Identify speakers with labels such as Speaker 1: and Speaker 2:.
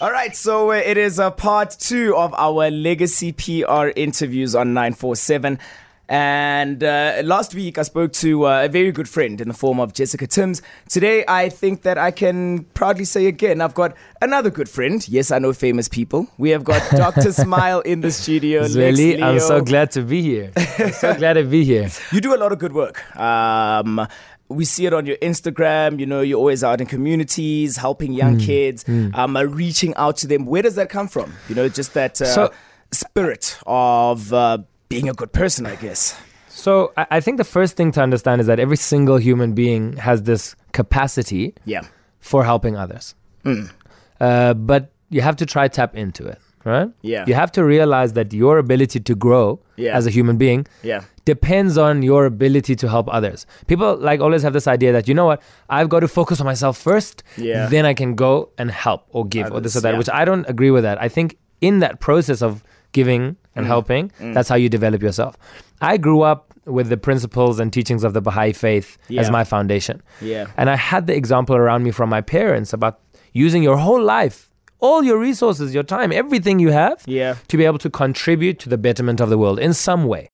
Speaker 1: All right, so uh, it is uh, part two of our legacy PR interviews on 947. And uh, last week I spoke to uh, a very good friend in the form of Jessica Timms. Today I think that I can proudly say again I've got another good friend. Yes, I know famous people. We have got Dr. Smile in the studio. Lex
Speaker 2: Zweli, I'm
Speaker 1: Leo.
Speaker 2: so glad to be here. I'm so glad to be here.
Speaker 1: You do a lot of good work. Um, we see it on your Instagram. You know, you're always out in communities, helping young kids, um, uh, reaching out to them. Where does that come from? You know, just that uh,
Speaker 2: So-
Speaker 1: spirit of uh, being a good person, I guess.
Speaker 2: So, I, I think the first thing to understand is that every single human being has this capacity
Speaker 1: Yeah.
Speaker 2: for helping others.
Speaker 1: Hmm.
Speaker 2: Uh, but you have to try tap into it, right?
Speaker 1: Yeah.
Speaker 2: You have to realize that your ability to grow
Speaker 1: Yeah.
Speaker 2: as a human being
Speaker 1: Yeah.
Speaker 2: depends on your ability to help others. People like always have this idea that you know what, I've got to focus on myself first,
Speaker 1: Yeah.
Speaker 2: then I can go and help or give or this or
Speaker 1: Others,
Speaker 2: that,
Speaker 1: yeah.
Speaker 2: which I don't agree with that. I think in that process of giving
Speaker 1: Mm.
Speaker 2: and helping, that's how you develop yourself. I grew up with the principles and teachings of the Baha'i faith as
Speaker 1: Yeah.
Speaker 2: my foundation.
Speaker 1: Yeah.
Speaker 2: And I had the example around me from my parents about using your whole life, all your resources, your time, everything you have
Speaker 1: Yeah.
Speaker 2: to be able to contribute to the betterment of the world in some way.